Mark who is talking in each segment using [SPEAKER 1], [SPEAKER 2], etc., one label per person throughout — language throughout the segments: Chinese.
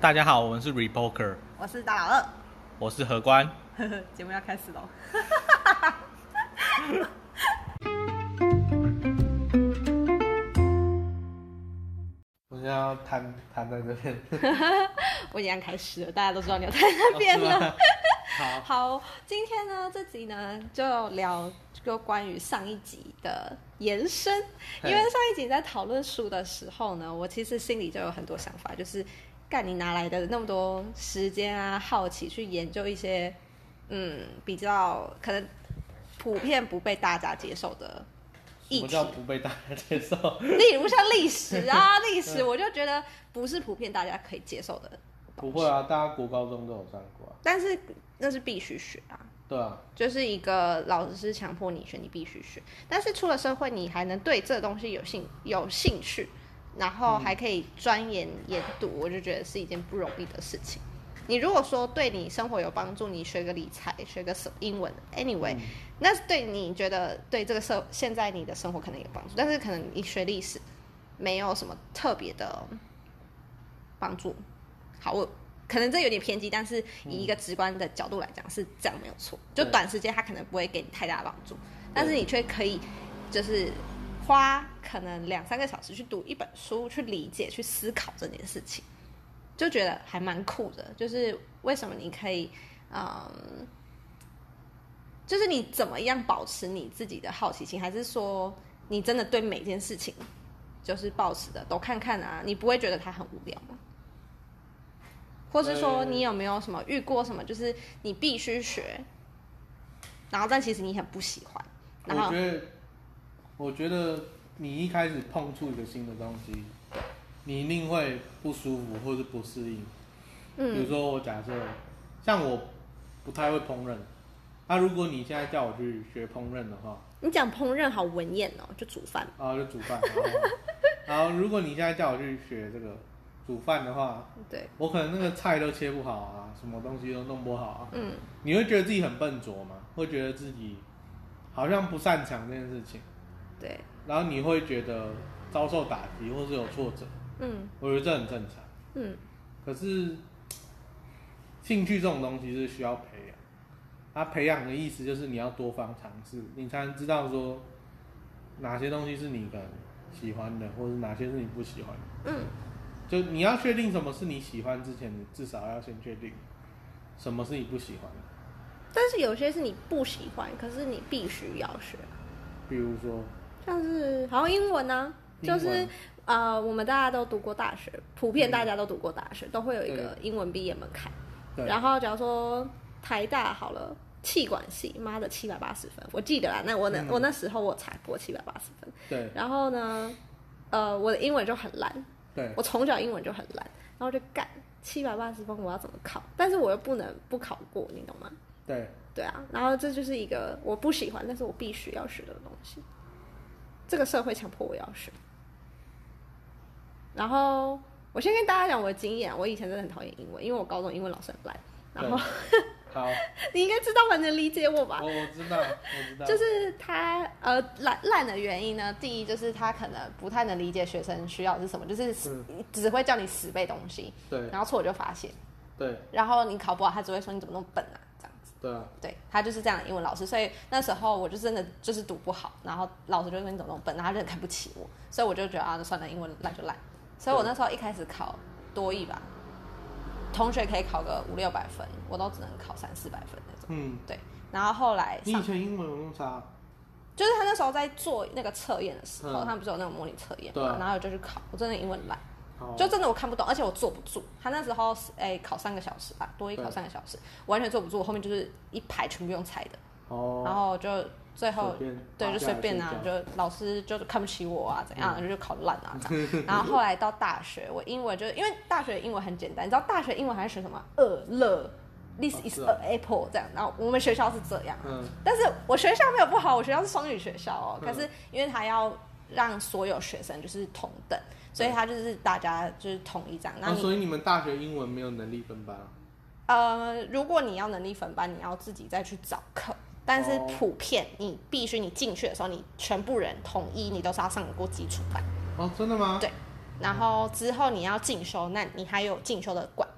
[SPEAKER 1] 大家好，我们是 Repoker，
[SPEAKER 2] 我是大老二
[SPEAKER 1] 我是何官。
[SPEAKER 2] 呵呵， 节目要开始喽。
[SPEAKER 1] 我现在要瘫瘫在这边，
[SPEAKER 3] 我已经按开始了，大家都知道你要在那边
[SPEAKER 1] 哦是
[SPEAKER 3] 了。
[SPEAKER 1] 吗好，
[SPEAKER 3] 好，今天呢这集呢就聊就关于上一集的延伸，
[SPEAKER 1] 嘿
[SPEAKER 3] 因为上一集在讨论书的时候呢，我其实心里就有很多想法，就是干你哪来的那么多时间啊，好奇去研究一些嗯比较可能普遍不被大家接受的
[SPEAKER 1] 什
[SPEAKER 3] 议
[SPEAKER 1] 么
[SPEAKER 3] 题
[SPEAKER 1] 叫，不被大家接受？
[SPEAKER 3] 例如像历史 啊，历史我就觉得不是普遍大家可以接受的，
[SPEAKER 1] 不会啊，大家国高中都有上过啊。
[SPEAKER 3] 但是那是必须学啊。
[SPEAKER 1] 对啊，
[SPEAKER 3] 就是一个老师强迫你学，你必须学。但是出了社会，你还能对这东西有兴有兴趣，然后还可以钻研研读，我就觉得是一件不容易的事情。你如果说对你生活有帮助，你学个理财，学个什英文，anyway，、那
[SPEAKER 1] 嗯
[SPEAKER 3] 是对你觉得对这个社现在你的生活可能有帮助，但是可能你学历史没有什么特别的帮助。好，我可能这有点偏激，但是以一个直观的角度来讲是这样没有错。就
[SPEAKER 1] 对
[SPEAKER 3] 短时间它可能不会给你太大的帮助，但是你却可以就是花可能两三个小时去读一本书，去理解、去思考这件事情，就觉得还蛮酷的。就是为什么你可以，嗯，就是你怎么样保持你自己的好奇心，还是说你真的对每件事情就是保持的都看看啊？你不会觉得它很无聊吗？或是说
[SPEAKER 1] 呃
[SPEAKER 3] 你有没有什么遇过什么，就是你必须学，然后但其实你很不喜欢，然
[SPEAKER 1] 我
[SPEAKER 3] 后
[SPEAKER 1] 觉得，我觉得你一开始碰触一个新的东西，你一定会不舒服或是不适应。比如
[SPEAKER 3] 嗯
[SPEAKER 1] 说我假设，像我不太会烹饪，那、如果你现在叫我去学烹饪的话，
[SPEAKER 3] 你讲烹饪好文艳哦，就煮饭。
[SPEAKER 1] 然后就煮饭，然后 然后如果你现在叫我去学这个煮饭的话，
[SPEAKER 3] 对，
[SPEAKER 1] 我可能那个菜都切不好啊，什么东西都弄不好啊，
[SPEAKER 3] 嗯，
[SPEAKER 1] 你会觉得自己很笨拙吗？会觉得自己好像不擅长这件事情，
[SPEAKER 3] 对，
[SPEAKER 1] 然后你会觉得遭受打击或是有挫折，
[SPEAKER 3] 嗯
[SPEAKER 1] 我觉得这很正常。
[SPEAKER 3] 嗯，
[SPEAKER 1] 可是兴趣这种东西是需要培养，它、培养的意思就是你要多方尝试，你才能知道说哪些东西是你可能喜欢的，或者哪些是你不喜欢的。
[SPEAKER 3] 嗯，
[SPEAKER 1] 就你要确定什么是你喜欢之前，你至少要先确定什么是你不喜欢的。
[SPEAKER 3] 但是有些是你不喜欢，可是你必须要学，
[SPEAKER 1] 比如说，
[SPEAKER 3] 像是好像英文呢、
[SPEAKER 1] 英文
[SPEAKER 3] 就是呃，我们大家都读过大学，普遍大家都读过大学，都会有一个英文毕业门槛。
[SPEAKER 1] 嗯对，
[SPEAKER 3] 然后假如说台大好了，气管系，妈的七百八十分，我记得啦，那我那、
[SPEAKER 1] 嗯
[SPEAKER 3] 我那时候我才过七百八十分。
[SPEAKER 1] 对
[SPEAKER 3] 然后呢，呃，我的英文就很烂，
[SPEAKER 1] 对
[SPEAKER 3] 我从小英文就很烂，然后就干七百八十分，我要怎么考？但是我又不能不考过，你懂吗？
[SPEAKER 1] 对，
[SPEAKER 3] 对啊，然后这就是一个我不喜欢，但是我必须要学的东西。这个社会强迫我要学。然后我先跟大家讲我的经验，我以前真的很讨厌英文，因为我高中英文老师很烂。然后
[SPEAKER 1] 好，
[SPEAKER 3] 你应该知道吧，能理解我吧？
[SPEAKER 1] 我我知道，我知道，
[SPEAKER 3] 就是他呃懒懒的原因呢，第一就是他可能不太能理解学生需要的是什么，就是死只会叫你死背东西，
[SPEAKER 1] 嗯对
[SPEAKER 3] 然后错就发现，
[SPEAKER 1] 对
[SPEAKER 3] 然后你考不好，他只会说你怎么那么笨啊这样子。
[SPEAKER 1] 对啊，
[SPEAKER 3] 对他就是这样的英文老师，所以那时候我就真的就是读不好，然后老师就说你怎么那么笨，然后他就很看不起我，所以我就觉得啊，那算了，英文烂就烂。所以我那时候一开始考多译吧，同学可以考个五六百分，我都只能考三四百分那种。
[SPEAKER 1] 嗯，
[SPEAKER 3] 对，然后后来
[SPEAKER 1] 你
[SPEAKER 3] 上
[SPEAKER 1] 以前英文有那么差？
[SPEAKER 3] 就是他那时候在做那个测验的时候，
[SPEAKER 1] 嗯
[SPEAKER 3] 他们不是有那种模拟测验
[SPEAKER 1] 对啊哦
[SPEAKER 3] 嘛，然后我就去考，我真的英文很烂，
[SPEAKER 1] 好，
[SPEAKER 3] 就真的我看不懂，而且我坐不住。他那时候是哎、考三个小时吧，多一
[SPEAKER 1] 对
[SPEAKER 3] 考三个小时，我完全坐不住，我后面就是一排全部用猜的，
[SPEAKER 1] 哦，
[SPEAKER 3] 然后就最后
[SPEAKER 1] 随便
[SPEAKER 3] 对
[SPEAKER 1] 拔
[SPEAKER 3] 就
[SPEAKER 1] 下
[SPEAKER 3] 随
[SPEAKER 1] 来
[SPEAKER 3] 便
[SPEAKER 1] 睡
[SPEAKER 3] 啊，
[SPEAKER 1] 觉
[SPEAKER 3] 就老师就看不起我啊，怎样、
[SPEAKER 1] 嗯
[SPEAKER 3] 就考烂啊 这样。然后后来到大学，我英文就是因为大学英文很简单，你知道大学英文还是学什么呃乐，this
[SPEAKER 1] 哦
[SPEAKER 3] is
[SPEAKER 1] 是哦
[SPEAKER 3] a apple 这样，然后我们学校是这样。
[SPEAKER 1] 嗯，
[SPEAKER 3] 但是我学校没有不好，我学校是双语学校哦。
[SPEAKER 1] 嗯
[SPEAKER 3] 可是因为他要让所有学生就是同等，所以他就是大家就是统一这样。那
[SPEAKER 1] 那、
[SPEAKER 3] 你、
[SPEAKER 1] 哦所以你们大学英文没有能力分班啊？
[SPEAKER 3] 呃，如果你要能力分班，你要自己再去找课。但是
[SPEAKER 1] 哦
[SPEAKER 3] 普遍你必须你进去的时候，你全部人统一，你都是要上过基础班。
[SPEAKER 1] 哦，真的吗？
[SPEAKER 3] 对然后之后你要进修，那你还有进修的管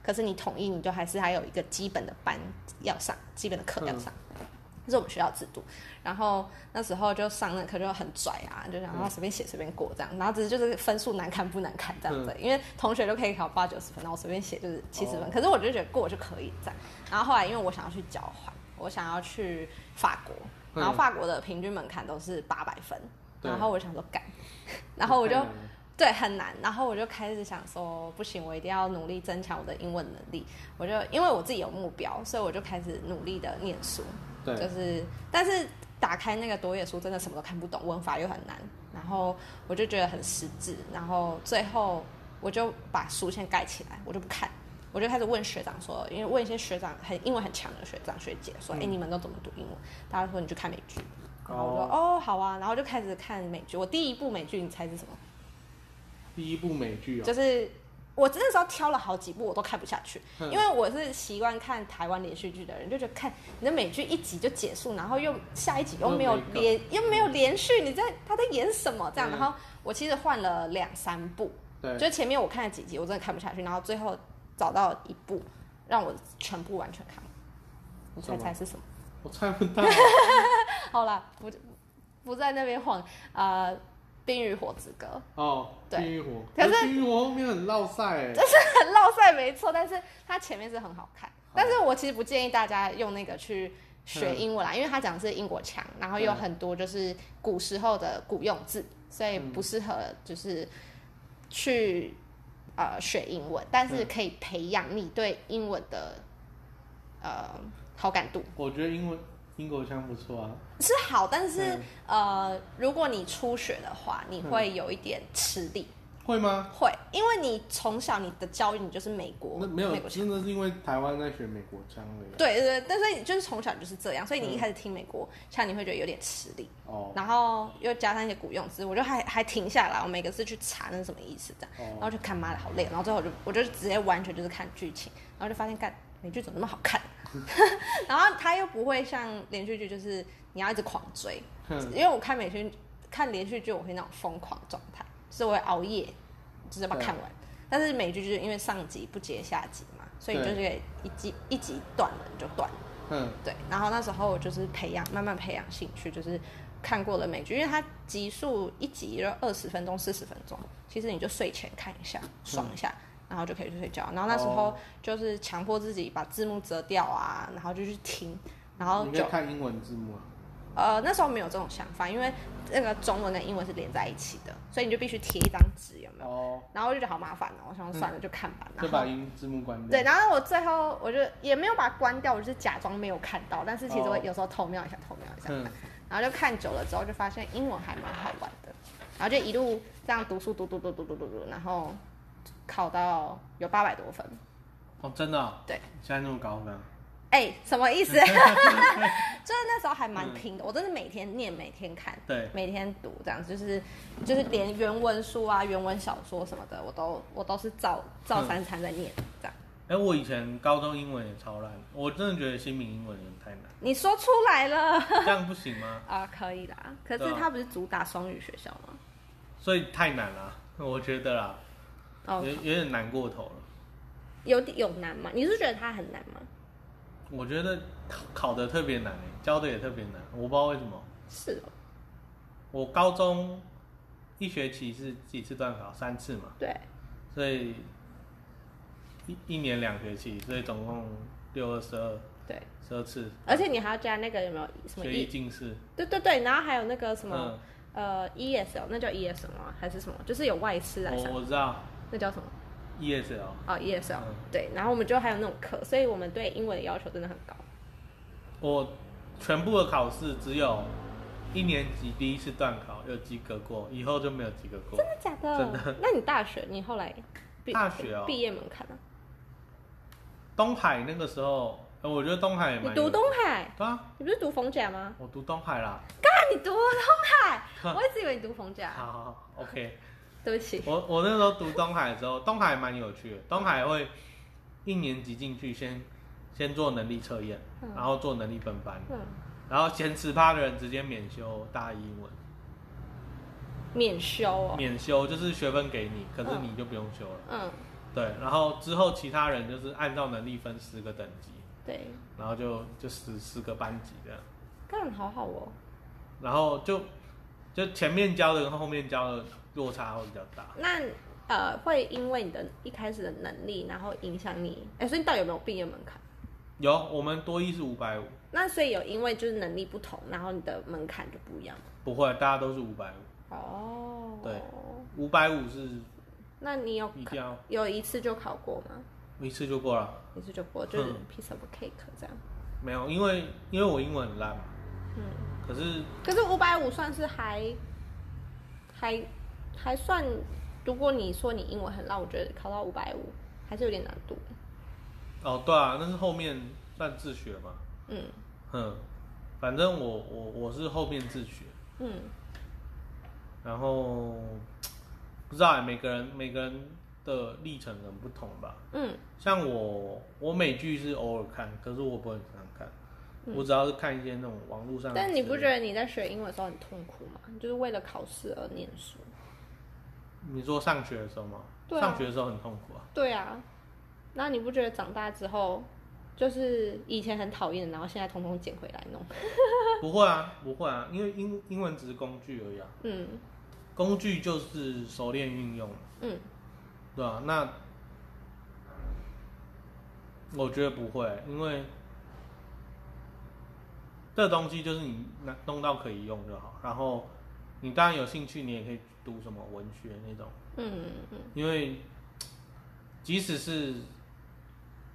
[SPEAKER 3] 可是你统一你就还是还有一个基本的班要上，基本的课要上，
[SPEAKER 1] 嗯
[SPEAKER 3] 这是我们学校制度。然后那时候就上那课就很拽啊，就想要随便写随便过这样，然后只是就是分数难看不难看这样子，因为同学都可以考八九十分，然后我随便写就是七十分，
[SPEAKER 1] 嗯哦
[SPEAKER 3] 可是我就觉得过就可以这样。然后后来因为我想要去交换，我想要去法国，
[SPEAKER 1] 嗯
[SPEAKER 3] 然后法国的平均门槛都是八百分，
[SPEAKER 1] 对
[SPEAKER 3] 然后我就想说干，然后我就
[SPEAKER 1] 太难了
[SPEAKER 3] 对，很难。然后我就开始想说，不行，我一定要努力增强我的英文能力。我就因为我自己有目标，所以我就开始努力的念书。就
[SPEAKER 1] 对，哦
[SPEAKER 3] 是，但是打开那个多页书，真的什么都看不懂，文法又很难。然后我就觉得很失智。然后最后我就把书先盖起来，我就不看。我就开始问学长说，因为问一些学长很英文很强的学长学姐说，哎、
[SPEAKER 1] 嗯
[SPEAKER 3] 你们都怎么读英文？大家说你去看美剧，然后我说
[SPEAKER 1] 哦
[SPEAKER 3] 哦好啊，然后就开始看美剧。我第一部美剧你猜是什么？
[SPEAKER 1] 第一部美剧哦，
[SPEAKER 3] 就是我那时候挑了好几部，我都看不下去，
[SPEAKER 1] 嗯
[SPEAKER 3] 因为我是习惯看台湾连续剧的人，就觉得看你的美剧一集就结束，然后又下一集又没有
[SPEAKER 1] 又没
[SPEAKER 3] 连又没有连续，你在他在演什么这样？
[SPEAKER 1] 嗯
[SPEAKER 3] 然后我其实换了两三部，
[SPEAKER 1] 对，
[SPEAKER 3] 就是前面我看了几集，我真的看不下去，然后最后找到一部让我全部完全看完。你猜
[SPEAKER 1] 什么
[SPEAKER 3] 猜是什么？
[SPEAKER 1] 我猜不到，
[SPEAKER 3] 好啦，不不在那边晃啊，呃冰与火之歌》。
[SPEAKER 1] 哦，
[SPEAKER 3] 对
[SPEAKER 1] 冰与火，
[SPEAKER 3] 可是
[SPEAKER 1] 冰与火后面很绕赛哎，
[SPEAKER 3] 很落赛没错，但是它前面是很好看。
[SPEAKER 1] 好
[SPEAKER 3] 但是我其实不建议大家用那个去学英文啦，因为它讲的是英国腔，然后有
[SPEAKER 1] 嗯
[SPEAKER 3] 很多就是古时候的古用字，所以
[SPEAKER 1] 嗯
[SPEAKER 3] 不适合就是去呃学英文，但是
[SPEAKER 1] 嗯
[SPEAKER 3] 可以培养你对英文的呃好感度
[SPEAKER 1] 我觉得英文英国腔不错啊，
[SPEAKER 3] 是好，但是、
[SPEAKER 1] 嗯
[SPEAKER 3] 呃，如果你初学的话，你会有一点吃力，
[SPEAKER 1] 会吗？
[SPEAKER 3] 会，因为你从小你的教育你就是美国，
[SPEAKER 1] 那没有
[SPEAKER 3] 美，国腔
[SPEAKER 1] 真的是因为台湾在学美国腔了耶，
[SPEAKER 3] 对对对，但是你就是从小就是这样，所以你一开始听美国像你会觉得有点吃力，
[SPEAKER 1] 哦
[SPEAKER 3] 然后又加上一些古用词，我就还还停下来，我每个字去查那是什么意思这样，然后
[SPEAKER 1] 哦，
[SPEAKER 3] 就看妈的好累，然后最后我就我就直接完全就是看剧情，然后就发现干美剧怎么那么好看， 然后它又不会像连续剧就是你要一直狂追，
[SPEAKER 1] 哼
[SPEAKER 3] 因为我看美剧看连续剧我会那种疯狂状态，就是我会熬夜，就是把它看完。但是美剧就是因为上集不接下集嘛，所以你就是可以一集一集断了你就断了。
[SPEAKER 1] 哼，
[SPEAKER 3] 对，然后那时候我就是培养，慢慢培养兴趣，就是看过了美剧，因为它集数一集就二十分钟、四十分钟，其实你就睡前看一下，爽一下，然后就可以去睡觉。然后那时候
[SPEAKER 1] 哦
[SPEAKER 3] 就是强迫自己把字幕折掉啊，然后就去听，然后
[SPEAKER 1] 你可
[SPEAKER 3] 就
[SPEAKER 1] 以看英文字幕啊，
[SPEAKER 3] 呃那时候没有这种想法，因为那个中文跟英文是连在一起的，所以你就必须贴一张纸，有没有？
[SPEAKER 1] 哦，
[SPEAKER 3] 然后我就觉得好麻烦哦，我想说算了，就看吧。
[SPEAKER 1] 嗯
[SPEAKER 3] 然
[SPEAKER 1] 就
[SPEAKER 3] 后
[SPEAKER 1] 把英字幕关
[SPEAKER 3] 对，
[SPEAKER 1] 掉，
[SPEAKER 3] 然后我最后我就也没有把它关掉，我就是假装没有看到，但是其实我
[SPEAKER 1] 哦
[SPEAKER 3] 有时候偷瞄一下，偷瞄一下，
[SPEAKER 1] 嗯，
[SPEAKER 3] 然后就看久了之后就发现英文还蛮好玩的，然后就一路这样读书读读读读读读读，然后考到有八百多分，
[SPEAKER 1] 哦，真的哦，
[SPEAKER 3] 对
[SPEAKER 1] 现在那么高分啊，
[SPEAKER 3] 哎、什么意思？ 就是那时候还蛮拼的，我真的每天念，每天看，
[SPEAKER 1] 对，
[SPEAKER 3] 每天读，这样就是就是连原文书啊、原文小说什么的，我都我都是照照三餐在念，这样。
[SPEAKER 1] 哎，我以前高中英文也超烂，我真的觉得新民英文有点太 难，
[SPEAKER 3] 你说出来了。
[SPEAKER 1] 这样不行吗？
[SPEAKER 3] 啊，可以啦。可
[SPEAKER 1] 对
[SPEAKER 3] 是
[SPEAKER 1] 啊
[SPEAKER 3] 他不是主打双语学校吗？
[SPEAKER 1] 所以太难了，我觉得啦，
[SPEAKER 3] 哦
[SPEAKER 1] 有，有点难过头了。
[SPEAKER 3] 有有难吗？你是觉得他很难吗？
[SPEAKER 1] 我觉得考考的特别难、欸，教的也特别难，我不知道为什么。
[SPEAKER 3] 是哦，
[SPEAKER 1] 我高中一学期是几次段考？三次嘛，
[SPEAKER 3] 对，
[SPEAKER 1] 所以一一年两学期，所以总共六二十二
[SPEAKER 3] 对。
[SPEAKER 1] 十二次，
[SPEAKER 3] 而且你还要加那个有没有什么
[SPEAKER 1] 学艺
[SPEAKER 3] E？
[SPEAKER 1] 进士。
[SPEAKER 3] 对对对，然后还有那个什么、
[SPEAKER 1] 嗯，
[SPEAKER 3] 呃 ESL，那叫 ESL 吗？还是什么？就是有外师来
[SPEAKER 1] 我
[SPEAKER 3] 上，
[SPEAKER 1] 我知道
[SPEAKER 3] 那叫什么？
[SPEAKER 1] ESL，
[SPEAKER 3] 哦 ESL、
[SPEAKER 1] 哦嗯
[SPEAKER 3] 对，然后我们就还有那种课，所以我们对英文的要求真的很高。
[SPEAKER 1] 哦我全部的考试只有一年级第一次段考有及格过，以后就没有及格过。
[SPEAKER 3] 真的假的？
[SPEAKER 1] 真的
[SPEAKER 3] 那你大学你后来毕
[SPEAKER 1] 大学哦
[SPEAKER 3] 毕业门槛呢、
[SPEAKER 1] 东海那个时候，呃我觉得东海也
[SPEAKER 3] 你
[SPEAKER 1] 蛮有
[SPEAKER 3] 读东海，
[SPEAKER 1] 对啊，
[SPEAKER 3] 你不是读逢甲吗？
[SPEAKER 1] 我读东海啦。
[SPEAKER 3] 啊，你 读东海，我一直以为你读逢甲。
[SPEAKER 1] 好好好，OK。
[SPEAKER 3] 对不起，
[SPEAKER 1] 我我那时候读东海的时候，东海蛮有趣的。东海会一年级进去先先做能力测验，
[SPEAKER 3] 嗯
[SPEAKER 1] 然后做能力分班，
[SPEAKER 3] 嗯，
[SPEAKER 1] 然后前十趴的人直接免修大一英文，
[SPEAKER 3] 免修哦，哦
[SPEAKER 1] 免修就是学分给你，可是
[SPEAKER 3] 嗯
[SPEAKER 1] 你就不用修了。
[SPEAKER 3] 嗯，
[SPEAKER 1] 对，然后之后其他人就是按照能力分十个等级，
[SPEAKER 3] 对，
[SPEAKER 1] 然后就就十十个班级这样，
[SPEAKER 3] 干好好哦。
[SPEAKER 1] 然后就就前面教的跟后面教的落差会比较大。
[SPEAKER 3] 那呃，会因为你的一开始的能力，然后影响你，哎、所以你到底有没有毕业门槛？
[SPEAKER 1] 有，我们多一是五百五，
[SPEAKER 3] 那所以有因为就是能力不同，然后你的门槛就不一样吗
[SPEAKER 1] 不会，大家都是五百五，
[SPEAKER 3] 哦，
[SPEAKER 1] 对五百五是
[SPEAKER 3] 那你有
[SPEAKER 1] 一
[SPEAKER 3] 考
[SPEAKER 1] 定要
[SPEAKER 3] 有一次就考过吗？
[SPEAKER 1] 一次就过了，
[SPEAKER 3] 一次就过，就是
[SPEAKER 1] 嗯
[SPEAKER 3] piece of cake 这样。
[SPEAKER 1] 没有，因为因为我英文很烂嘛，
[SPEAKER 3] 嗯，
[SPEAKER 1] 可是
[SPEAKER 3] 可是五百五算是还还还算，如果你说你英文很烂，我觉得考到五百五还是有点难度。
[SPEAKER 1] 哦对啊，那是后面算自学嘛，
[SPEAKER 3] 嗯
[SPEAKER 1] 哼，反正我我我是后面自学，
[SPEAKER 3] 嗯，
[SPEAKER 1] 然后不知道、欸、每个人每个人的历程很不同吧。
[SPEAKER 3] 嗯，
[SPEAKER 1] 像我，我美剧是偶尔看，可是我不会很常看，我只要是看一些那种网络上的资料。
[SPEAKER 3] 嗯但你不觉得你在学英文的时候很痛苦吗？就是为了考试而念书。
[SPEAKER 1] 你说上学的时候吗？
[SPEAKER 3] 对啊
[SPEAKER 1] 上学的时候很痛苦啊。
[SPEAKER 3] 对啊，那你不觉得长大之后，就是以前很讨厌，然后现在统统捡回来弄？
[SPEAKER 1] 不会啊，不会啊，因为英英文只是工具而已啊，
[SPEAKER 3] 嗯
[SPEAKER 1] 工具就是熟练运用，
[SPEAKER 3] 嗯，
[SPEAKER 1] 对吧、那我觉得不会，因为这东西就是你拿弄到可以用就好。然后你当然有兴趣，你也可以读什么文学那种，
[SPEAKER 3] 嗯嗯
[SPEAKER 1] 因为即使是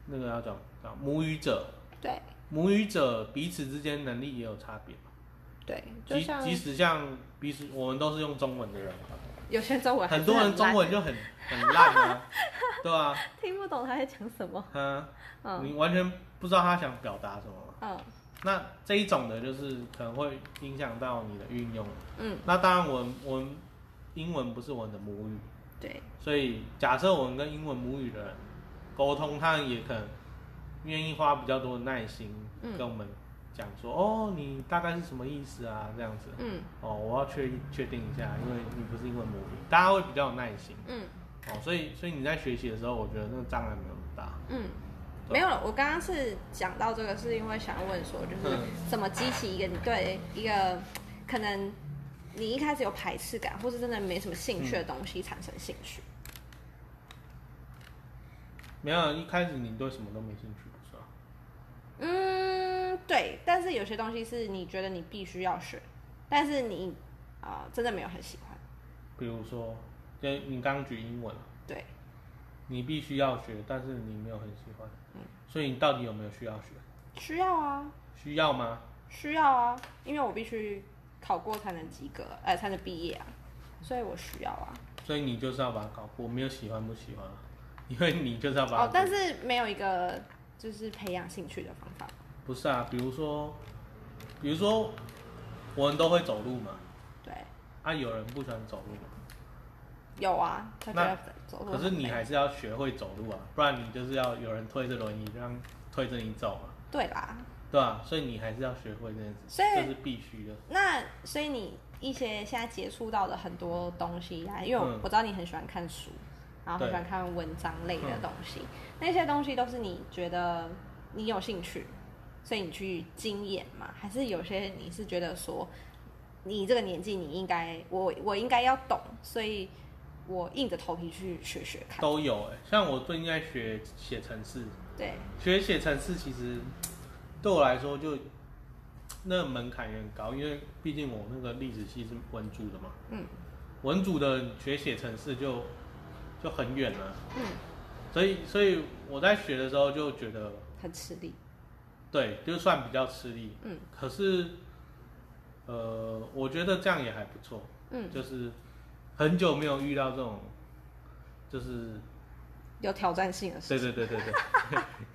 [SPEAKER 1] 那个要讲讲母语者，
[SPEAKER 3] 对
[SPEAKER 1] 母语者彼此之间能力也有差别嘛。
[SPEAKER 3] 对，就嗯
[SPEAKER 1] 即
[SPEAKER 3] 像
[SPEAKER 1] 即使像彼此，我们都是用中文的人嘛，
[SPEAKER 3] 有些中文还
[SPEAKER 1] 很
[SPEAKER 3] 是
[SPEAKER 1] 多人
[SPEAKER 3] 烂
[SPEAKER 1] 中文就很很烂 啊，对啊，
[SPEAKER 3] 听不懂他在讲什么。
[SPEAKER 1] 嗯。
[SPEAKER 3] 嗯
[SPEAKER 1] 你完全不知道他想表达什么嘛。
[SPEAKER 3] 嗯
[SPEAKER 1] 那这一种的，就是可能会影响到你的运用。
[SPEAKER 3] 嗯，
[SPEAKER 1] 那当然我们，我们英文不是我们的母语，
[SPEAKER 3] 对，
[SPEAKER 1] 所以假设我们跟英文母语的人沟通，他也可能愿意花比较多的耐心
[SPEAKER 3] 嗯
[SPEAKER 1] 跟我们讲说，哦，你大概是什么意思啊？这样子。
[SPEAKER 3] 嗯
[SPEAKER 1] 哦，我要确确定一下，因为你不是英文母语，大家会比较有耐心。
[SPEAKER 3] 嗯
[SPEAKER 1] 哦，所以所以你在学习的时候，我觉得那个障碍没有那么大。
[SPEAKER 3] 嗯。没有，我刚刚是讲到这个，是因为想要问说，就是
[SPEAKER 1] 嗯
[SPEAKER 3] 怎么激起一个你对一个可能你一开始有排斥感，或是真的没什么兴趣的东西产生兴趣？
[SPEAKER 1] 没有，啊一开始你对什么都没兴趣，不是吧？
[SPEAKER 3] 嗯，对，但是有些东西是你觉得你必须要学，但是你啊、呃真的没有很喜欢。
[SPEAKER 1] 比如说，就你刚举英文，啊
[SPEAKER 3] 对，
[SPEAKER 1] 你必须要学，但是你没有很喜欢，
[SPEAKER 3] 嗯
[SPEAKER 1] 所以你到底有没有需要学？
[SPEAKER 3] 需要啊，
[SPEAKER 1] 需要吗？
[SPEAKER 3] 需要啊，因为我必须考过才能及格，呃，才能毕业啊，所以我需要啊。
[SPEAKER 1] 所以你就是要把它搞过，没有喜欢不喜欢啊，因为你就是要把它
[SPEAKER 3] 哦，但
[SPEAKER 1] 搞
[SPEAKER 3] 是没有一个就是培养兴趣的方法。
[SPEAKER 1] 不是啊，比如说，比如说，我们都会走路嘛，
[SPEAKER 3] 对，
[SPEAKER 1] 啊，有人不喜欢走路嘛，
[SPEAKER 3] 有啊，他觉得走路
[SPEAKER 1] 可是
[SPEAKER 3] 很
[SPEAKER 1] 你
[SPEAKER 3] 累
[SPEAKER 1] 还是要学会走路啊，不然你就是要有人推着轮椅这样推着你走嘛，
[SPEAKER 3] 对啦，
[SPEAKER 1] 对吧、所以你还是要学会这件事，
[SPEAKER 3] 所以
[SPEAKER 1] 这是必须的。
[SPEAKER 3] 那所以你一些现在接触到的很多东西啊，因为我
[SPEAKER 1] 嗯
[SPEAKER 3] 我知道你很喜欢看书，然后很喜欢看文章类的
[SPEAKER 1] 嗯
[SPEAKER 3] 东西，那些东西都是你觉得你有兴趣，所以你去经验嘛？还是有些你是觉得说，你这个年纪你应该我我应该要懂，所以我硬着头皮去学学看。
[SPEAKER 1] 都有、欸，像我最近在学写程式，
[SPEAKER 3] 对，
[SPEAKER 1] 学写程式其实对我来说就那门槛也很高，因为毕竟我那个历史系是文组的嘛，
[SPEAKER 3] 嗯
[SPEAKER 1] 文组的学写程式就就很远了，
[SPEAKER 3] 嗯，
[SPEAKER 1] 所以所以我在学的时候就觉得，
[SPEAKER 3] 很吃力。
[SPEAKER 1] 对，就算比较吃力，
[SPEAKER 3] 嗯
[SPEAKER 1] 可是呃，我觉得这样也还不错，
[SPEAKER 3] 嗯，
[SPEAKER 1] 就是很久没有遇到这种，就是
[SPEAKER 3] 有挑战性的事。
[SPEAKER 1] 对对对对对，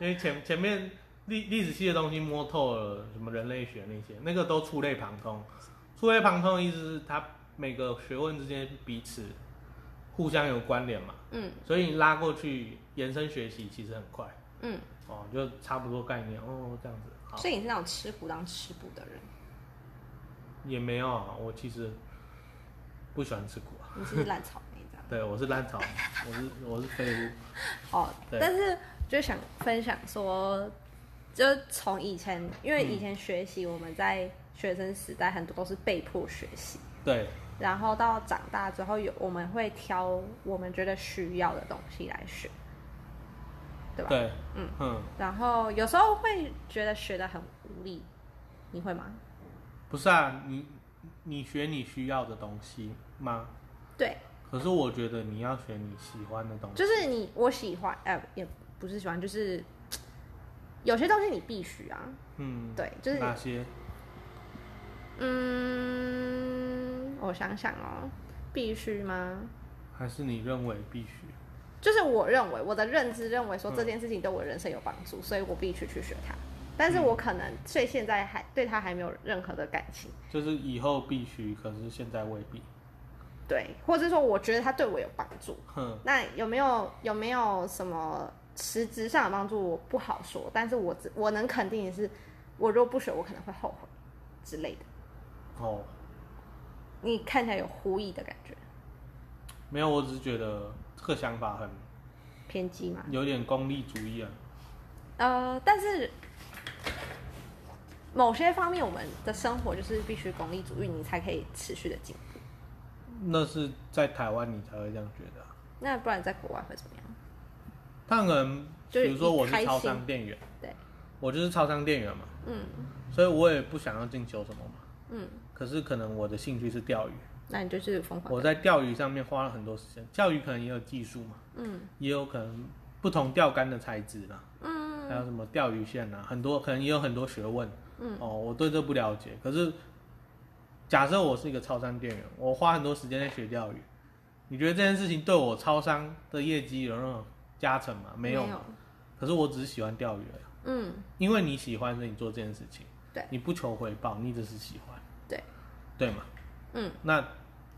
[SPEAKER 1] 因为前前面历历史系的东西摸透了，什么人类学那些，那个都触类旁通。触类旁通的意思是它每个学问之间彼此互相有关联嘛，
[SPEAKER 3] 嗯
[SPEAKER 1] 所以你拉过去延伸学习其实很快
[SPEAKER 3] 嗯，
[SPEAKER 1] 哦，就差不多概念哦，这样子好
[SPEAKER 3] 所以你是那种吃苦当吃补的人。
[SPEAKER 1] 也没有啊，我其实不喜欢吃苦啊，
[SPEAKER 3] 你是烂草莓这样。
[SPEAKER 1] 对，我是烂草莓，我是我是废物。
[SPEAKER 3] 哦，
[SPEAKER 1] 对
[SPEAKER 3] 但是就想分享说，就从以前，因为以前学习我们在学生时代很多都是被迫学习，
[SPEAKER 1] 对，
[SPEAKER 3] 然后到长大之后有我们会挑我们觉得需要的东西来学，对吧？
[SPEAKER 1] 对，
[SPEAKER 3] 嗯
[SPEAKER 1] 嗯，
[SPEAKER 3] 然后有时候会觉得学的很无力，你会吗？
[SPEAKER 1] 不是啊，你你学你需要的东西吗？
[SPEAKER 3] 对，
[SPEAKER 1] 可是我觉得你要学你喜欢的东西，
[SPEAKER 3] 就是你我喜欢，呃，也不是喜欢，就是有些东西你必须啊，
[SPEAKER 1] 嗯，
[SPEAKER 3] 对，就是
[SPEAKER 1] 哪些？
[SPEAKER 3] 嗯，我想想哦，必须吗？
[SPEAKER 1] 还是你认为必须？
[SPEAKER 3] 就是我认为我的认知认为说
[SPEAKER 1] 嗯
[SPEAKER 3] 这件事情对我人生有帮助，所以我必须去学它。但是我可能对现在还对它还没有任何的感情，
[SPEAKER 1] 就是以后必须，可是现在未必。
[SPEAKER 3] 对，或者说我觉得它对我有帮助。
[SPEAKER 1] 哼，
[SPEAKER 3] 那有没有有没有什么实质上的帮助？我不好说，但是我只我能肯定的是，我如果不学，我可能会后悔之类的。
[SPEAKER 1] 哦，
[SPEAKER 3] 你看起来有狐疑的感觉，
[SPEAKER 1] 没有，我只是觉得这个想法很
[SPEAKER 3] 偏激吗？
[SPEAKER 1] 有点功利主义啊。
[SPEAKER 3] 呃，但是某些方面，我们的生活就是必须功利主义，你才可以持续的进步。
[SPEAKER 1] 那是在台湾你才会这样觉得啊、
[SPEAKER 3] 那不然在国外会怎么样？
[SPEAKER 1] 他可能比
[SPEAKER 3] 就是
[SPEAKER 1] 如说我是
[SPEAKER 3] 开心
[SPEAKER 1] 超商店员，
[SPEAKER 3] 对，
[SPEAKER 1] 我就是超商店员嘛，
[SPEAKER 3] 嗯
[SPEAKER 1] 所以我也不想要进修什么嘛。
[SPEAKER 3] 嗯，
[SPEAKER 1] 可是可能我的兴趣是钓鱼，
[SPEAKER 3] 那你就是疯狂
[SPEAKER 1] 我
[SPEAKER 3] 的。
[SPEAKER 1] 在钓鱼上面花了很多时间。钓鱼可能也有技术嘛，
[SPEAKER 3] 嗯
[SPEAKER 1] 也有可能不同钓竿的材质啦，
[SPEAKER 3] 嗯
[SPEAKER 1] 还有什么钓鱼线啊，很多可能也有很多学问。
[SPEAKER 3] 嗯，
[SPEAKER 1] 哦，我对这不了解。可是假设我是一个超商店员，我花很多时间在学钓鱼，你觉得这件事情对我超商的业绩有任何加成吗？没有。可是我只是喜欢钓鱼而已。
[SPEAKER 3] 嗯，
[SPEAKER 1] 因为你喜欢，所以你做这件事情。
[SPEAKER 3] 对，
[SPEAKER 1] 你不求回报，你只是喜欢。
[SPEAKER 3] 对，
[SPEAKER 1] 对嘛？
[SPEAKER 3] 嗯。
[SPEAKER 1] 那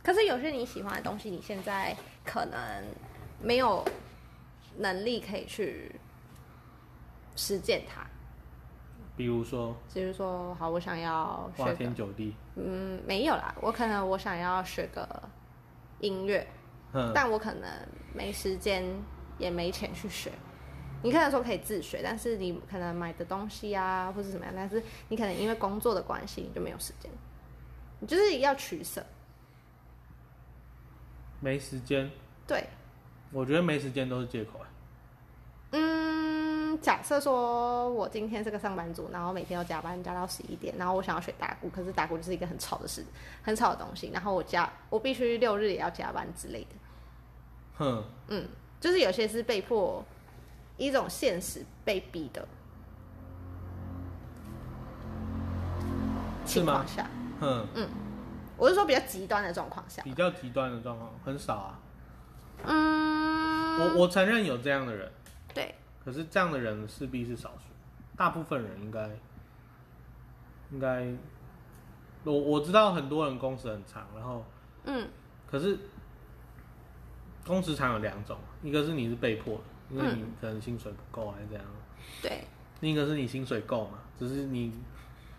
[SPEAKER 3] 可是有些你喜欢的东西，你现在可能没有能力可以去实践它。
[SPEAKER 1] 比如说
[SPEAKER 3] 比如说，好，我想要
[SPEAKER 1] 花
[SPEAKER 3] 学个
[SPEAKER 1] 天酒地，
[SPEAKER 3] 嗯，没有啦，我可能我想要学个音乐，
[SPEAKER 1] 嗯，
[SPEAKER 3] 但我可能没时间，也没钱去学。你可能说可以自学，但是你可能买的东西啊，或是怎么样，但是你可能因为工作的关系，你就没有时间。你就是要取舍，
[SPEAKER 1] 没时间。
[SPEAKER 3] 对，
[SPEAKER 1] 我觉得没时间都是借口啊。
[SPEAKER 3] 嗯，假设说我今天是个上班族，然后每天要加班加到十一点，然后我想要学打鼓，可是打鼓就是一个很吵的事，很吵的东西，然后我加我必须六日也要加班之类的。
[SPEAKER 1] 哼，
[SPEAKER 3] 嗯，就是有些是被迫一种现实被逼的
[SPEAKER 1] 是
[SPEAKER 3] 情
[SPEAKER 1] 吗
[SPEAKER 3] 况？下，
[SPEAKER 1] 哼，
[SPEAKER 3] 我是说比较极端的状况下，
[SPEAKER 1] 比较极端的状况很少啊。
[SPEAKER 3] 嗯，
[SPEAKER 1] 我我承认有这样的人，
[SPEAKER 3] 对，
[SPEAKER 1] 可是这样的人势必是少数，大部分人应该应该，我我知道很多人工时很长，然后
[SPEAKER 3] 嗯
[SPEAKER 1] 可是工时长有两种，一个是你是被迫的，因为你可能薪水不够还是怎样；，
[SPEAKER 3] 对，
[SPEAKER 1] 另一个是你薪水够嘛，只是你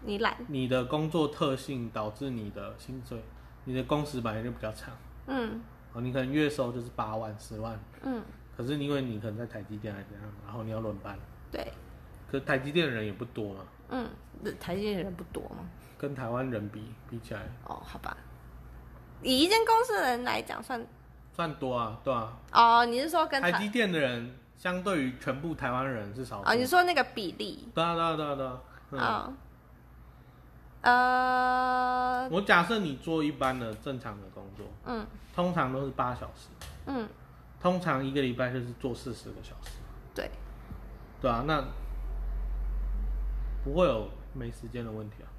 [SPEAKER 3] 你懒，
[SPEAKER 1] 你的工作特性导致你的薪水，你的工时本来就比较长，
[SPEAKER 3] 嗯
[SPEAKER 1] 哦，你可能月收就是八万、十万，
[SPEAKER 3] 嗯，
[SPEAKER 1] 可是因为你可能在台积电还是怎样，然后你要轮班，
[SPEAKER 3] 对，
[SPEAKER 1] 可是台积电的人也不多嘛，
[SPEAKER 3] 嗯，台积电人不多嘛，
[SPEAKER 1] 跟台湾人比比起来
[SPEAKER 3] 哦，好吧，以一间公司的人来讲算，
[SPEAKER 1] 算多啊，对啊，
[SPEAKER 3] 哦，你是说跟
[SPEAKER 1] 台
[SPEAKER 3] 他，
[SPEAKER 1] 积电的人相对于全部台湾人是少数，
[SPEAKER 3] 哦，你说那个比例，
[SPEAKER 1] 对啊对啊对啊对啊，嗯。
[SPEAKER 3] 哦，呃，
[SPEAKER 1] 我假设你做一般的正常的工作，
[SPEAKER 3] 嗯
[SPEAKER 1] 通常都是八小时，
[SPEAKER 3] 嗯，
[SPEAKER 1] 通常一个礼拜就是做四十个小时，
[SPEAKER 3] 对。
[SPEAKER 1] 对啊，那不会有没时间的问题啊。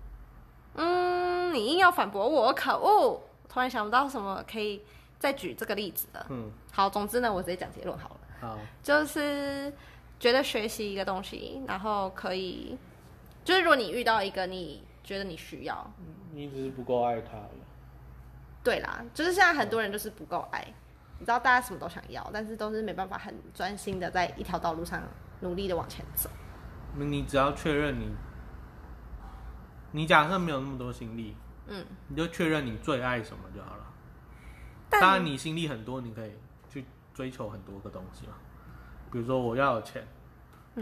[SPEAKER 3] 嗯，你硬要反驳我，可恶！突然想不到什么可以再举这个例子了。
[SPEAKER 1] 嗯，
[SPEAKER 3] 好，总之呢，我直接讲结论好了，
[SPEAKER 1] 好，
[SPEAKER 3] 就是觉得学习一个东西，然后可以，就是如果你遇到一个你觉得你需要，
[SPEAKER 1] 你只是不够爱他了。
[SPEAKER 3] 对啦，就是现在很多人就是不够爱，你知道大家什么都想要，但是都是没办法很专心的在一条道路上努力的往前走。
[SPEAKER 1] 那你只要确认你，你假设没有那么多心力，
[SPEAKER 3] 嗯，
[SPEAKER 1] 你就确认你最爱什么就好了。
[SPEAKER 3] 但
[SPEAKER 1] 当然你心力很多，你可以去追求很多个东西嘛。比如说我要有钱，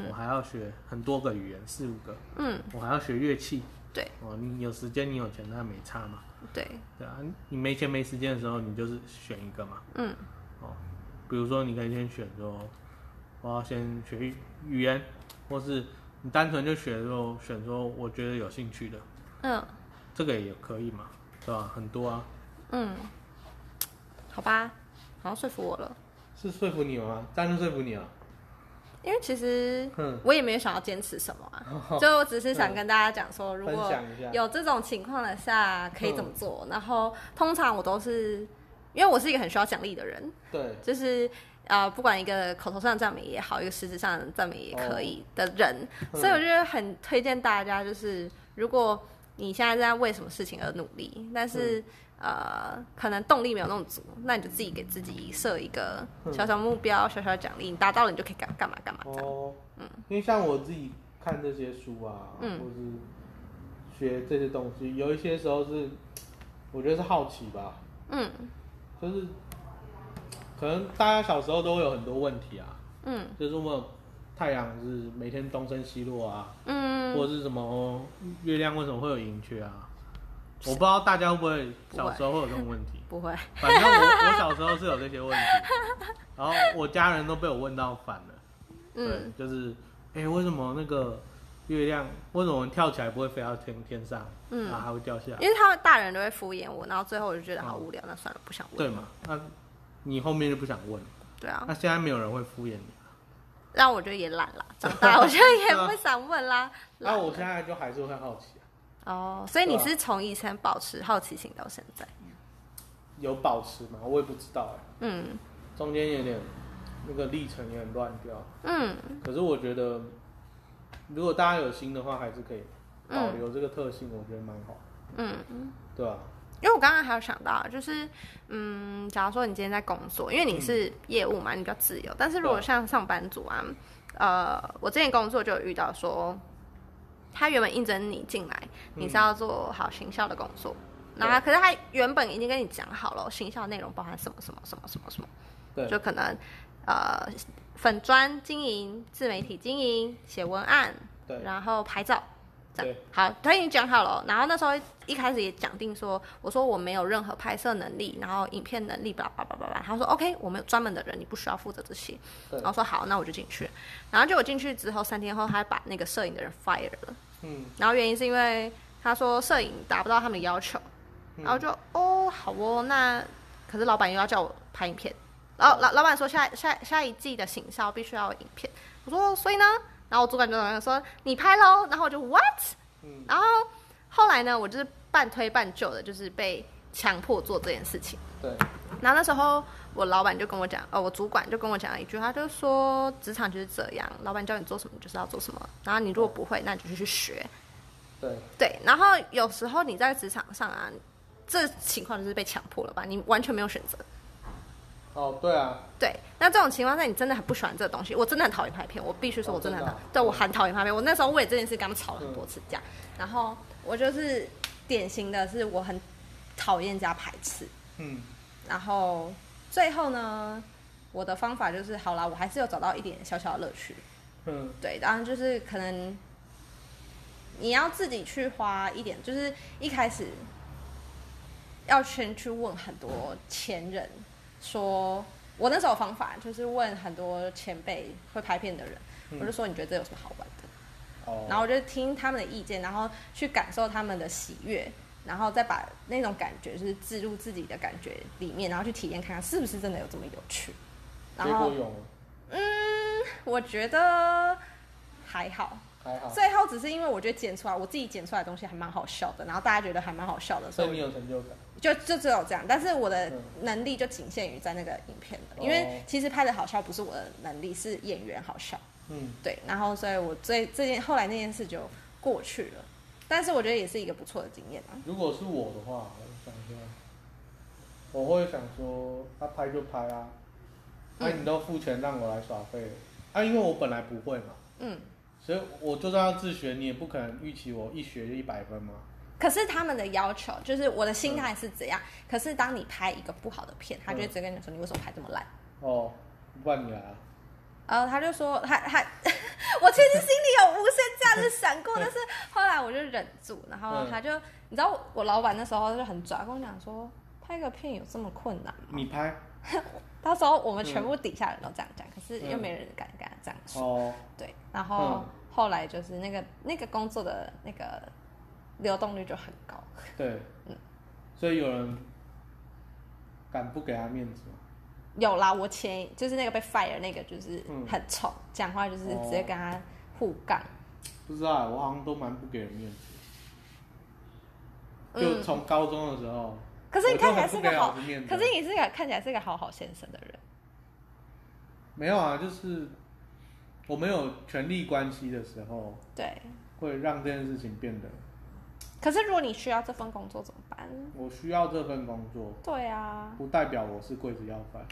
[SPEAKER 1] 我还要学很多个语言，四五个，
[SPEAKER 3] 嗯，
[SPEAKER 1] 我还要学乐器。
[SPEAKER 3] 对，
[SPEAKER 1] 哦，你有时间，你有钱，那没差嘛。
[SPEAKER 3] 对，
[SPEAKER 1] 对啊，你没钱没时间的时候，你就是选一个嘛。
[SPEAKER 3] 嗯，
[SPEAKER 1] 哦，比如说你可以先选说，我要先学语语言，或是你单纯就选说选说我觉得有兴趣的，
[SPEAKER 3] 嗯
[SPEAKER 1] 这个也可以嘛，对吧？很多啊，
[SPEAKER 3] 嗯，好吧，好像说服我了，
[SPEAKER 1] 是说服你吗？当然说服你啊了。
[SPEAKER 3] 因为其实
[SPEAKER 1] 嗯
[SPEAKER 3] 我也没有想要坚持什么 啊，就我只是想跟大家讲说，如
[SPEAKER 1] 哦分
[SPEAKER 3] 果
[SPEAKER 1] 享一下嗯
[SPEAKER 3] 有这种情况的下可以怎么做，然后通常我都是因为我是一个很需要奖励的人，
[SPEAKER 1] 对，
[SPEAKER 3] 就是呃，不管一个口头上的赞美也好，一个实质上的赞美也可以的人，
[SPEAKER 1] 嗯
[SPEAKER 3] 所以我觉得很推荐大家，就是如果你现在在为什么事情而努力，但
[SPEAKER 1] 嗯
[SPEAKER 3] 是、呃，可能动力没有那么足，那你就自己给自己设一个小小目标、小小奖励，你达到了你就可以干干嘛干嘛这样。
[SPEAKER 1] 嗯哦，因为像我自己看这些书啊，
[SPEAKER 3] 嗯
[SPEAKER 1] 或是学这些东西，有一些时候是，我觉得是好奇吧，
[SPEAKER 3] 嗯
[SPEAKER 1] 就是可能大家小时候都会有很多问题啊，
[SPEAKER 3] 嗯
[SPEAKER 1] 就是问太阳是每天东升西落啊，
[SPEAKER 3] 嗯，
[SPEAKER 1] 或者是什么月亮为什么会有盈缺啊？我不知道大家会不会小时候会有这种问题，
[SPEAKER 3] 不会，
[SPEAKER 1] 反正我我小时候是有这些问题，然后我家人都被我问到烦了，对
[SPEAKER 3] 嗯，
[SPEAKER 1] 就是哎、为什么那个月亮为什么跳起来不会飞到天天上，
[SPEAKER 3] 嗯
[SPEAKER 1] 然后还会掉下来？
[SPEAKER 3] 因为他们大人都会敷衍我，然后最后我就觉得好无聊，那算了，不想
[SPEAKER 1] 嗯
[SPEAKER 3] 问。
[SPEAKER 1] 对嘛？那你后面就不想问了，
[SPEAKER 3] 对啊，
[SPEAKER 1] 那现在没有人会敷衍你。
[SPEAKER 3] 让我觉得也懒了，长 大我觉得也不想问啦。
[SPEAKER 1] 啊那、
[SPEAKER 3] 懒
[SPEAKER 1] 我
[SPEAKER 3] 了
[SPEAKER 1] 现在就还是会好奇、啊，
[SPEAKER 3] 哦，所以
[SPEAKER 1] 对
[SPEAKER 3] 你
[SPEAKER 1] 啊
[SPEAKER 3] 是从以前保持好奇心到现在，
[SPEAKER 1] 有保持吗？我也不知道哎、
[SPEAKER 3] 嗯
[SPEAKER 1] 中间有点那个历程有点乱掉。
[SPEAKER 3] 嗯
[SPEAKER 1] 可是我觉得，如果大家有心的话，还是可以保留这个特性，我觉得蛮好，
[SPEAKER 3] 嗯，
[SPEAKER 1] 对吧、
[SPEAKER 3] 因为我刚刚还有想到，啊就是嗯，假如说你今天在工作，因为你是业务嘛，你比较自由，但是如果
[SPEAKER 1] 嗯对
[SPEAKER 3] 像上班族啊，呃，我之前工作就有遇到说，他原本应征你进来，你
[SPEAKER 1] 嗯
[SPEAKER 3] 是要做好行销的工作。那他可是他原本已经跟你讲好了，行销内容包含什么什么什么什么什么，
[SPEAKER 1] 对
[SPEAKER 3] 就可能呃粉砖经营、自媒体经营、写文案，
[SPEAKER 1] 对
[SPEAKER 3] 然后拍照，这样
[SPEAKER 1] 对
[SPEAKER 3] 好，他已经讲好了。然后那时候一开始也讲定说，我说我没有任何拍摄能力，然后影片能力，巴拉巴拉巴拉。他说 OK，我们有专门的人，你不需要负责这些。
[SPEAKER 1] 对
[SPEAKER 3] 然后说好，那我就进去。然后结果进去之后，三天后他把那个摄影的人 fire 了。
[SPEAKER 1] 嗯，
[SPEAKER 3] 然后原因是因为他说摄影达不到他们的要求，
[SPEAKER 1] 嗯
[SPEAKER 3] 然后就哦好哦，那可是老板又要叫我拍影片，然后老老板说下下下一季的行销必须要有影片，我说所以呢，然后我主管就说你拍喽，然后我就 what，
[SPEAKER 1] 嗯
[SPEAKER 3] 然后后来呢，我就是半推半就的，就是被强迫做这件事情。
[SPEAKER 1] 对，
[SPEAKER 3] 然后那时候我老板就跟我讲，呃，我主管就跟我讲了一句，他就说职场就是这样，老板叫你做什么你就是要做什么，然后你
[SPEAKER 1] 哦
[SPEAKER 3] 如果不会，那你就去学。
[SPEAKER 1] 对，
[SPEAKER 3] 对，然后有时候你在职场上啊，这情况就是被强迫了吧，你完全没有选择。
[SPEAKER 1] 哦，对啊，
[SPEAKER 3] 对，那这种情况下，你真的很不喜欢这个东西。我真的很讨厌拍片，我必须说，我真的很讨
[SPEAKER 1] 哦真的啊
[SPEAKER 3] 对我很讨厌拍片。我那时候为了这件事跟他们吵了很多次架，然后我就是典型的是我很讨厌加排斥，
[SPEAKER 1] 嗯，
[SPEAKER 3] 然后最后呢，我的方法就是好啦，我还是有找到一点小小的乐趣，
[SPEAKER 1] 嗯，
[SPEAKER 3] 对，当然就是可能你要自己去花一点，就是一开始要先去问很多前人，说我那时候方法就是问很多前辈会拍片的人，
[SPEAKER 1] 嗯
[SPEAKER 3] 我就说你觉得这有什么好玩的？
[SPEAKER 1] 哦，
[SPEAKER 3] 然后我就听他们的意见，然后去感受他们的喜悦。然后再把那种感觉，就是置入自己的感觉里面，然后去体验看看是不是真的有这么有趣。然
[SPEAKER 1] 结
[SPEAKER 3] 后
[SPEAKER 1] 果有吗
[SPEAKER 3] 嗯，我觉得还好。
[SPEAKER 1] 还好，
[SPEAKER 3] 最后只是因为我觉得剪出来，我自己剪出来的东西还蛮好笑的，然后大家觉得还蛮好笑的，
[SPEAKER 1] 所
[SPEAKER 3] 所
[SPEAKER 1] 以你
[SPEAKER 3] 以
[SPEAKER 1] 有成就感，
[SPEAKER 3] 就就只有这样。但是我的
[SPEAKER 1] 嗯
[SPEAKER 3] 能力就仅限于在那个影片的，
[SPEAKER 1] 哦
[SPEAKER 3] 因为其实拍的好笑不是我的能力，是演员好笑。
[SPEAKER 1] 嗯，
[SPEAKER 3] 对，然后所以我最这件后来那件事就过去了，但是我觉得也是一个不错的经验啊。
[SPEAKER 1] 如果是我的话，我想一下，我会想说，他、拍就拍啊，
[SPEAKER 3] 嗯
[SPEAKER 1] 那、你都付钱让我来耍废了，啊，因为我本来不会嘛，
[SPEAKER 3] 嗯，
[SPEAKER 1] 所以我就算要自学，你也不可能预期我一学就一百分嘛，
[SPEAKER 3] 可是他们的要求就是我的心态是怎样，可是当你拍一个不好的片，他就会直接跟你说你为什么拍这么烂。
[SPEAKER 1] 哦，不然你来啊，
[SPEAKER 3] 然后他就说他他， 我其实心里有无限这样子闪 过，但是后来我就忍住。然
[SPEAKER 1] 嗯
[SPEAKER 3] 后他就，你知道我我老板那时候就很拽，跟我讲说拍个片有这么困难吗？
[SPEAKER 1] 你拍
[SPEAKER 3] 到时候我们全部底下人都这样讲，可是又没人敢跟他这样说。
[SPEAKER 1] 哦，
[SPEAKER 3] 对，然后
[SPEAKER 1] 嗯
[SPEAKER 3] 后来就是那个那个工作的那个流动率就很高，
[SPEAKER 1] 对，所以有人敢不给他面子吗？
[SPEAKER 3] 有啦，我前就是那个被 fire 那个就是
[SPEAKER 1] 嗯哦
[SPEAKER 3] 很丑，讲话就是直接跟他互杠。
[SPEAKER 1] 不知道啊，我好像都蛮不给人面子的，就
[SPEAKER 3] 嗯，
[SPEAKER 1] 从高中的时候，
[SPEAKER 3] 可是你
[SPEAKER 1] 我就
[SPEAKER 3] 看
[SPEAKER 1] 很
[SPEAKER 3] 起来是
[SPEAKER 1] 不给
[SPEAKER 3] 个
[SPEAKER 1] 老
[SPEAKER 3] 好
[SPEAKER 1] 师，面子，啊
[SPEAKER 3] 可是你是个看起来是个好好先生的人。
[SPEAKER 1] 没有啊，就是我没有权力关系的时候，
[SPEAKER 3] 对，
[SPEAKER 1] 会让这件事情变得
[SPEAKER 3] 可是如果你需要这份工作怎么办？
[SPEAKER 1] 我需要这份工作，
[SPEAKER 3] 对啊，
[SPEAKER 1] 不代表我是刽子要犯，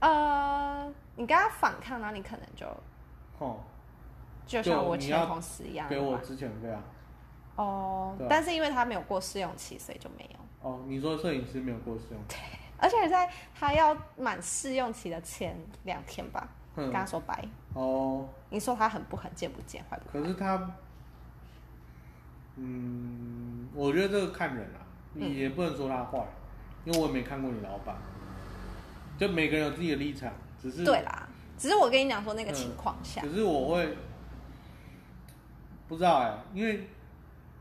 [SPEAKER 3] 呃，你跟他反抗，然后你可能就
[SPEAKER 1] 吼，
[SPEAKER 3] 就像我
[SPEAKER 1] 就你
[SPEAKER 3] 前
[SPEAKER 1] 要
[SPEAKER 3] 同事一样
[SPEAKER 1] 给我
[SPEAKER 3] 嘛
[SPEAKER 1] 之前啊这样。
[SPEAKER 3] 哦
[SPEAKER 1] 对啊，
[SPEAKER 3] 但是因为他没有过试用期，所以就没有。
[SPEAKER 1] 哦，你说摄影师没有过试用期，
[SPEAKER 3] 而且在他要满试用期的前两天吧，跟他
[SPEAKER 1] 嗯，
[SPEAKER 3] 说拜。
[SPEAKER 1] 哦，
[SPEAKER 3] 你说他很不狠，见不见，坏不坏？
[SPEAKER 1] 可是他，嗯，我觉得这个看人啊，
[SPEAKER 3] 嗯
[SPEAKER 1] 你也不能说他坏，因为我也没看过你老板，就每个人有自己的立场，只是嗯
[SPEAKER 3] 对啦，只是我跟你讲说那个情况下，
[SPEAKER 1] 可是我会不知道哎、因为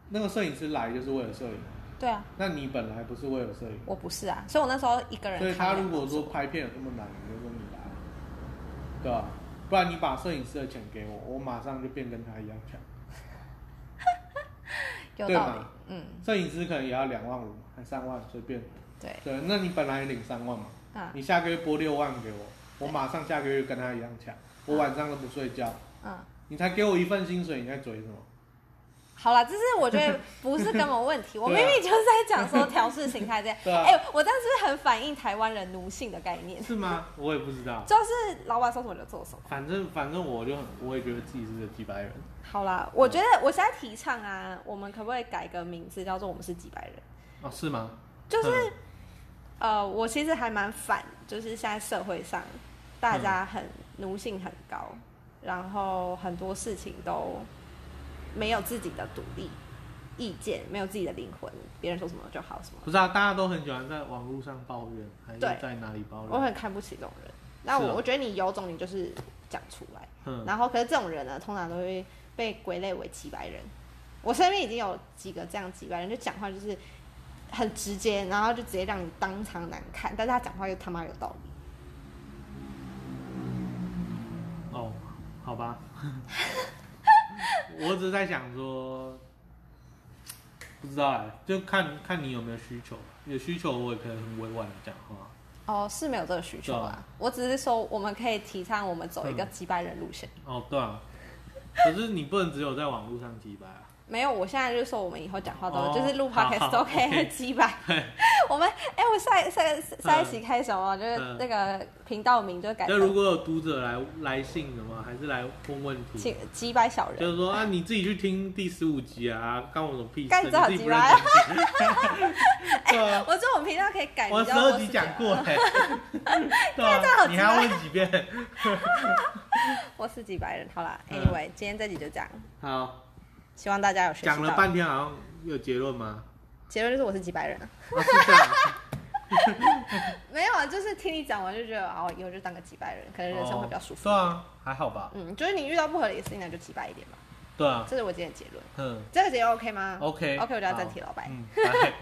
[SPEAKER 1] 那个摄影师来就是为了摄影，
[SPEAKER 3] 对啊，
[SPEAKER 1] 那你本来不是为了摄影，
[SPEAKER 3] 我不是啊，所以我那时候一个人
[SPEAKER 1] 所以
[SPEAKER 3] 扛
[SPEAKER 1] 他
[SPEAKER 3] 两
[SPEAKER 1] 如
[SPEAKER 3] 个
[SPEAKER 1] 果说
[SPEAKER 3] 组
[SPEAKER 1] 拍片有这么难，你就说你来，对吧、不然你把摄影师的钱给我，我马上就变跟他一样强。
[SPEAKER 3] 有
[SPEAKER 1] 对
[SPEAKER 3] 道理
[SPEAKER 1] 嘛，
[SPEAKER 3] 嗯，
[SPEAKER 1] 摄影师可能也要两万五还三万随便，
[SPEAKER 3] 对
[SPEAKER 1] 对，那你本来领三万嘛，
[SPEAKER 3] 啊，
[SPEAKER 1] 你下个月拨六万给我，我马上下个月跟他一样强，我晚上都不睡觉，
[SPEAKER 3] 嗯，
[SPEAKER 1] 你才给我一份薪水，你在嘴什么？
[SPEAKER 3] 好啦，就是我觉得不是根本问 题，我
[SPEAKER 1] 对
[SPEAKER 3] 明
[SPEAKER 1] 啊，
[SPEAKER 3] 明就是在讲说调试形态这样
[SPEAKER 1] 对啊
[SPEAKER 3] 哎、我这样是不是很反映台湾人奴性的概念？
[SPEAKER 1] 是吗？我也不知道。
[SPEAKER 3] 就是老板说什么就做什么。
[SPEAKER 1] 反正反正我就很，我也觉得自己是个几百人。
[SPEAKER 3] 好啦，我觉得我现在提倡啊，我们可不可以改个名字叫做“我们是几百人
[SPEAKER 1] 哦，是吗？”？
[SPEAKER 3] 就是、
[SPEAKER 1] 嗯
[SPEAKER 3] 呃，我其实还蛮反，就是现在社会上大家很奴性很高，然后很多事情都没有自己的独立意见，没有自己的灵魂，别人说什么就好什么。
[SPEAKER 1] 不是啊，大家都很喜欢在网络上抱怨，还是
[SPEAKER 3] 对
[SPEAKER 1] 在哪里抱
[SPEAKER 3] 我
[SPEAKER 1] 怨？
[SPEAKER 3] 很看不起这种人。那我、
[SPEAKER 1] 是哦
[SPEAKER 3] 我觉得你有种，你就是讲出来。
[SPEAKER 1] 嗯，
[SPEAKER 3] 然后，可是这种人呢，通常都会被归类为几百人。我身边已经有几个这样几百人，就讲话就是很直接，然后就直接让你当场难看。但是他讲话又他妈有道理。
[SPEAKER 1] 哦，好 吧。我只是在想说，不知道哎、就看看你有没有需求。有需求，我也可以很委婉的讲话。
[SPEAKER 3] 哦，是没有这个需求
[SPEAKER 1] 对
[SPEAKER 3] 啦
[SPEAKER 1] 啊。
[SPEAKER 3] 我只是说，我们可以提倡我们走一个
[SPEAKER 1] 嗯
[SPEAKER 3] 几百人路线。
[SPEAKER 1] 哦，对啊。可是你不能只有在网络上几百啊。
[SPEAKER 3] 没有，我现在就是说，我们以后讲话都、
[SPEAKER 1] 哦
[SPEAKER 3] 就是录
[SPEAKER 1] 好好
[SPEAKER 3] podcast 都可以
[SPEAKER 1] OK
[SPEAKER 3] 很鸡百。 我们哎、我下一下一下一期开什么？就是
[SPEAKER 1] 嗯
[SPEAKER 3] 那个频道名就改
[SPEAKER 1] 那
[SPEAKER 3] 成
[SPEAKER 1] 如果有读者来来信的话，还是来问问题？
[SPEAKER 3] 几几百小人，
[SPEAKER 1] 就是说啊，你自己去听第十五集啊，干我什么屁事？
[SPEAKER 3] 干
[SPEAKER 1] 你
[SPEAKER 3] 你自
[SPEAKER 1] 自
[SPEAKER 3] 己
[SPEAKER 1] 己不
[SPEAKER 3] 吧
[SPEAKER 1] 认真 听。 对啊，
[SPEAKER 3] 哎我觉得我们频道可以改
[SPEAKER 1] 我
[SPEAKER 3] 名
[SPEAKER 1] 十
[SPEAKER 3] 叫
[SPEAKER 1] 二
[SPEAKER 3] 做
[SPEAKER 1] 集
[SPEAKER 3] 是
[SPEAKER 1] 讲
[SPEAKER 3] 几
[SPEAKER 1] 过哎、 对
[SPEAKER 3] 这样
[SPEAKER 1] 啊，
[SPEAKER 3] 好
[SPEAKER 1] 你
[SPEAKER 3] 奇怪
[SPEAKER 1] 还要问几遍？
[SPEAKER 3] 啊我是几百人。好啦
[SPEAKER 1] 嗯
[SPEAKER 3] ，Anyway，、今天这集就这样，
[SPEAKER 1] 好，
[SPEAKER 3] 希望大家有学习到。
[SPEAKER 1] 讲了半天好像有结论吗？
[SPEAKER 3] 结论就是我是几百人啊，
[SPEAKER 1] 啊，是这样。
[SPEAKER 3] 没有啊，就是听你讲完就觉得哦，以后就当个几百人，可能人生会比较舒服。
[SPEAKER 1] 哦对啊，还好吧？
[SPEAKER 3] 嗯，就是你遇到不合理的事情，那就几百一点吧。
[SPEAKER 1] 对啊，
[SPEAKER 3] 这是我今天的结论，
[SPEAKER 1] 嗯
[SPEAKER 3] 这个结论 OK 吗
[SPEAKER 1] ，OK，
[SPEAKER 3] OK，我就要暂
[SPEAKER 1] 好
[SPEAKER 3] 停了拜
[SPEAKER 1] 嗯，拜。